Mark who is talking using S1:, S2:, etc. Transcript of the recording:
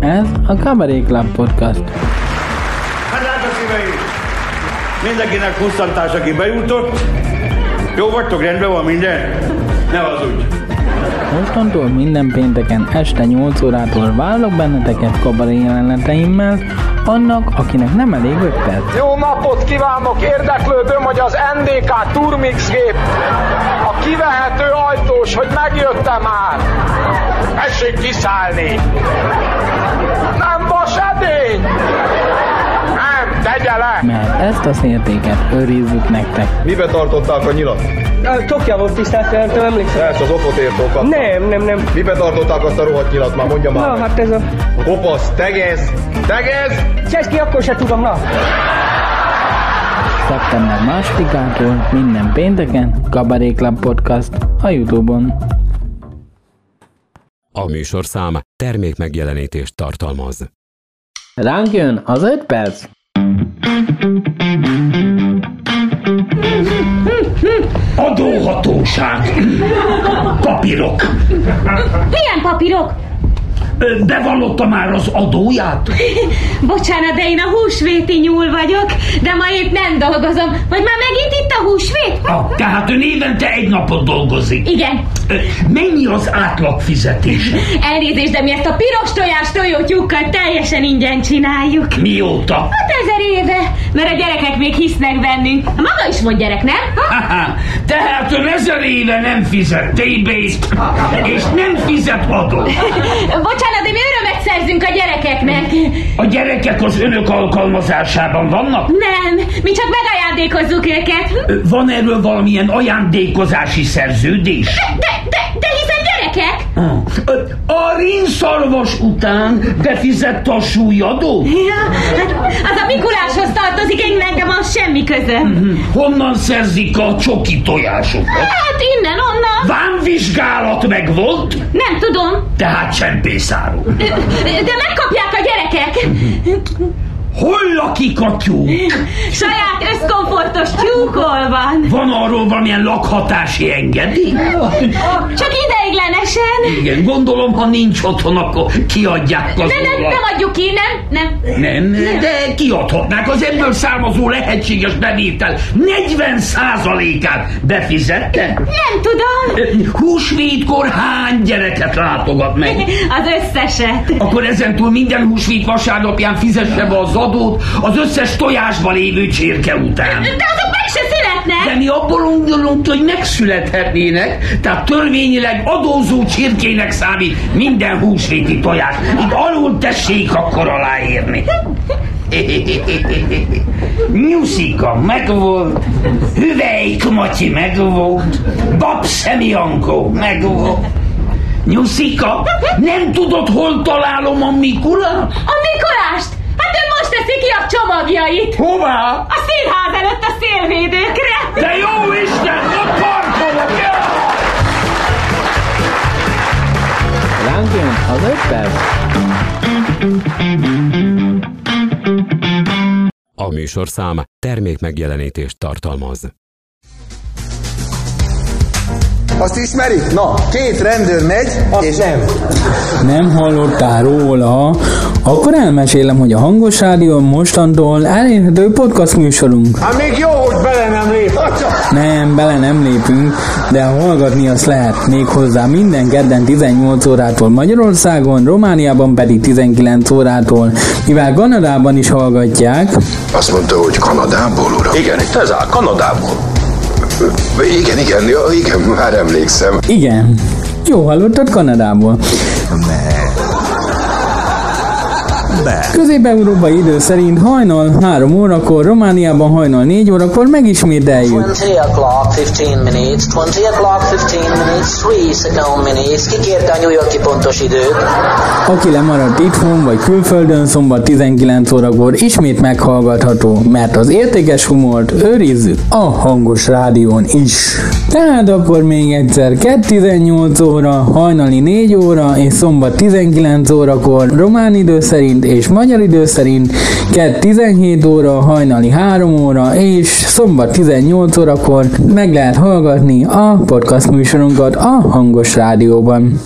S1: Ez a Kabaré Club Podcast.
S2: Hát hát a szíveim! Mindenkinek kusztantás, aki bejutott. Jó vagytok, rendben van minden? Ne hazudj!
S1: Mostantól minden pénteken este 8 órától várlak benneteket kabaré jeleneteimmel, annak, akinek nem elég 5 perc.
S3: Jó napot kívánok! Érdeklődöm, hogy az NDK Turmix gép a kivehető ajtós, hogy megjött-e már. Tessék kiszállni! Nem vas edény! Nem, tegye le!
S1: Mert ezt a szértéket őrizzük nektek.
S4: Mibe tartották a nyilat?
S5: A Tokja volt tisztelt, nem tudom, emlékszem.
S4: Persze az okotértól kaptam.
S5: Nem, nem, nem.
S4: Mibe tartották azt a rohadt nyilat már, mondja már.
S5: Na,
S4: meg.
S5: hát ez a...
S4: Kopasz, tegez, tegez!
S5: Csesz ki, akkor se tudom, na.
S1: Szeptember másodikától minden pénteken Kabaré Club Podcast a Youtube-on.
S6: A műsorszám termék megjelenítést tartalmaz.
S1: Ránk jön az 5 perc.
S7: Adóhatóság. Papírok.
S8: Milyen papírok?
S7: Ö, Bevallotta már az adóját?
S8: Bocsánat, de én a húsvéti nyúl vagyok, de ma épp nem dolgozom. Vagy már megint itt a húsvét?
S7: Ah, tehát ön évente egy napot dolgozik.
S8: Igen.
S7: Ö, Mennyi az átlag fizetése?
S8: Elnézést, de mi ezt a piros tojás tojótyúkkal teljesen ingyen csináljuk.
S7: Mióta?
S8: Hát ezer éve, mert a gyerekek még hisznek bennünk. A maga is volt gyerek, nem? Ha?
S7: Haha, Tehát ön ezer éve nem fizet TB-t, és nem fizet adót.
S8: Bocsánat, de mi örömet szerzünk a gyerekeknek.
S7: A gyerekek az önök alkalmazásában vannak?
S8: Nem, mi csak megajándékozzuk őket. Hm?
S7: Ö, Van erről valamilyen ajándékozási szerződés?
S8: De, de, de hiszen gyerekek?
S7: Ah, ö, A rinszarvas után befizette a súlyadót?
S8: Ja, hát az a Mikuláshoz tartozik, én nekem az semmi közöm.
S7: Honnan szerzik a csoki tojásokat?
S8: Hát innen, onnan.
S7: Vámvizsgálat meg volt,
S8: Nem tudom,
S7: tehát csempészáró.
S8: de megkapják a gyerekek.
S7: Hol lakik a tyúk?
S8: Saját összkomfortos tyúkol van.
S7: Van arról valamilyen lakhatási engedély?
S8: Csak ideiglenesen.
S7: Igen, gondolom, ha nincs otthon, akkor kiadják az
S8: De nem, nem
S7: nem,
S8: adjuk ki, nem, nem.
S7: nem, de kiadhatnák az ebből származó lehetséges bevétel 40 át befizette?
S8: Nem tudom.
S7: Húsvétkor hány gyereket látogat meg?
S8: Az összeset.
S7: Akkor ezentúl minden húsvét vasárnapján fizesse be az adót az összes tojásban lévő csirke után.
S8: De azok meg se
S7: De
S8: születnek.
S7: mi abból gondolunk, hogy megszülethetnének, tehát törvényileg adózó csirkének számít minden húsvéti tojás. Itt alul tessék akkor aláírni. Nyuszika megvolt, Hüvelyk Matyi megvolt, Babszemi Ankó megvolt. Nyuszika, nem tudod, hol találom a Mikulát?
S8: A Mikulást. Hát ő most teszi ki a csomagjait.
S7: Hová?
S8: A színház előtt a szélvédőkre.
S7: De jó Isten, ott parkolok! jaj!
S1: Ránk jön az 5 perc.
S6: A műsorszám termék megjelenítést tartalmaz.
S9: Azt ismerik? Na, két rendőr megy, Azt és nem.
S1: Nem hallottál róla? Akkor elmesélem, hogy a Hangos Rádió mostantól elérhető podcast műsorunk.
S9: Hát még jó, hogy bele nem lép.
S1: Nem, bele nem lépünk, de hallgatni azt lehet még hozzá minden kedden 18 órától Magyarországon, Romániában pedig 19 órától, mivel Kanadában is hallgatják.
S10: Azt mondta, hogy Kanadából, uram? Igen, itt ez áll, Kanadából. Igen, igen, ja, igen, már emlékszem.
S1: Igen, jó hallottad Kanadából. Közép-európai idő szerint hajnal 3 órakor, Romániában hajnal 4 órakor megismételjük.
S11: 20 o'clock 15 minutes, 20 o'clock 15 minutes, 3 second minutes, kikérte a New Yorki pontos időt.
S1: Aki lemaradt itthon vagy külföldön szombat 19 órakor ismét meghallgatható, mert az értékes humort őrizzük a hangos rádión is. Tehát akkor még egyszer 18 óra, hajnali 4 óra és szombat 19 órakor román idő szerint és magyar idő szerint 17 óra, hajnali 3 óra és szombat 18 órakor meg lehet hallgatni a podcast műsorunkat a hangos rádióban.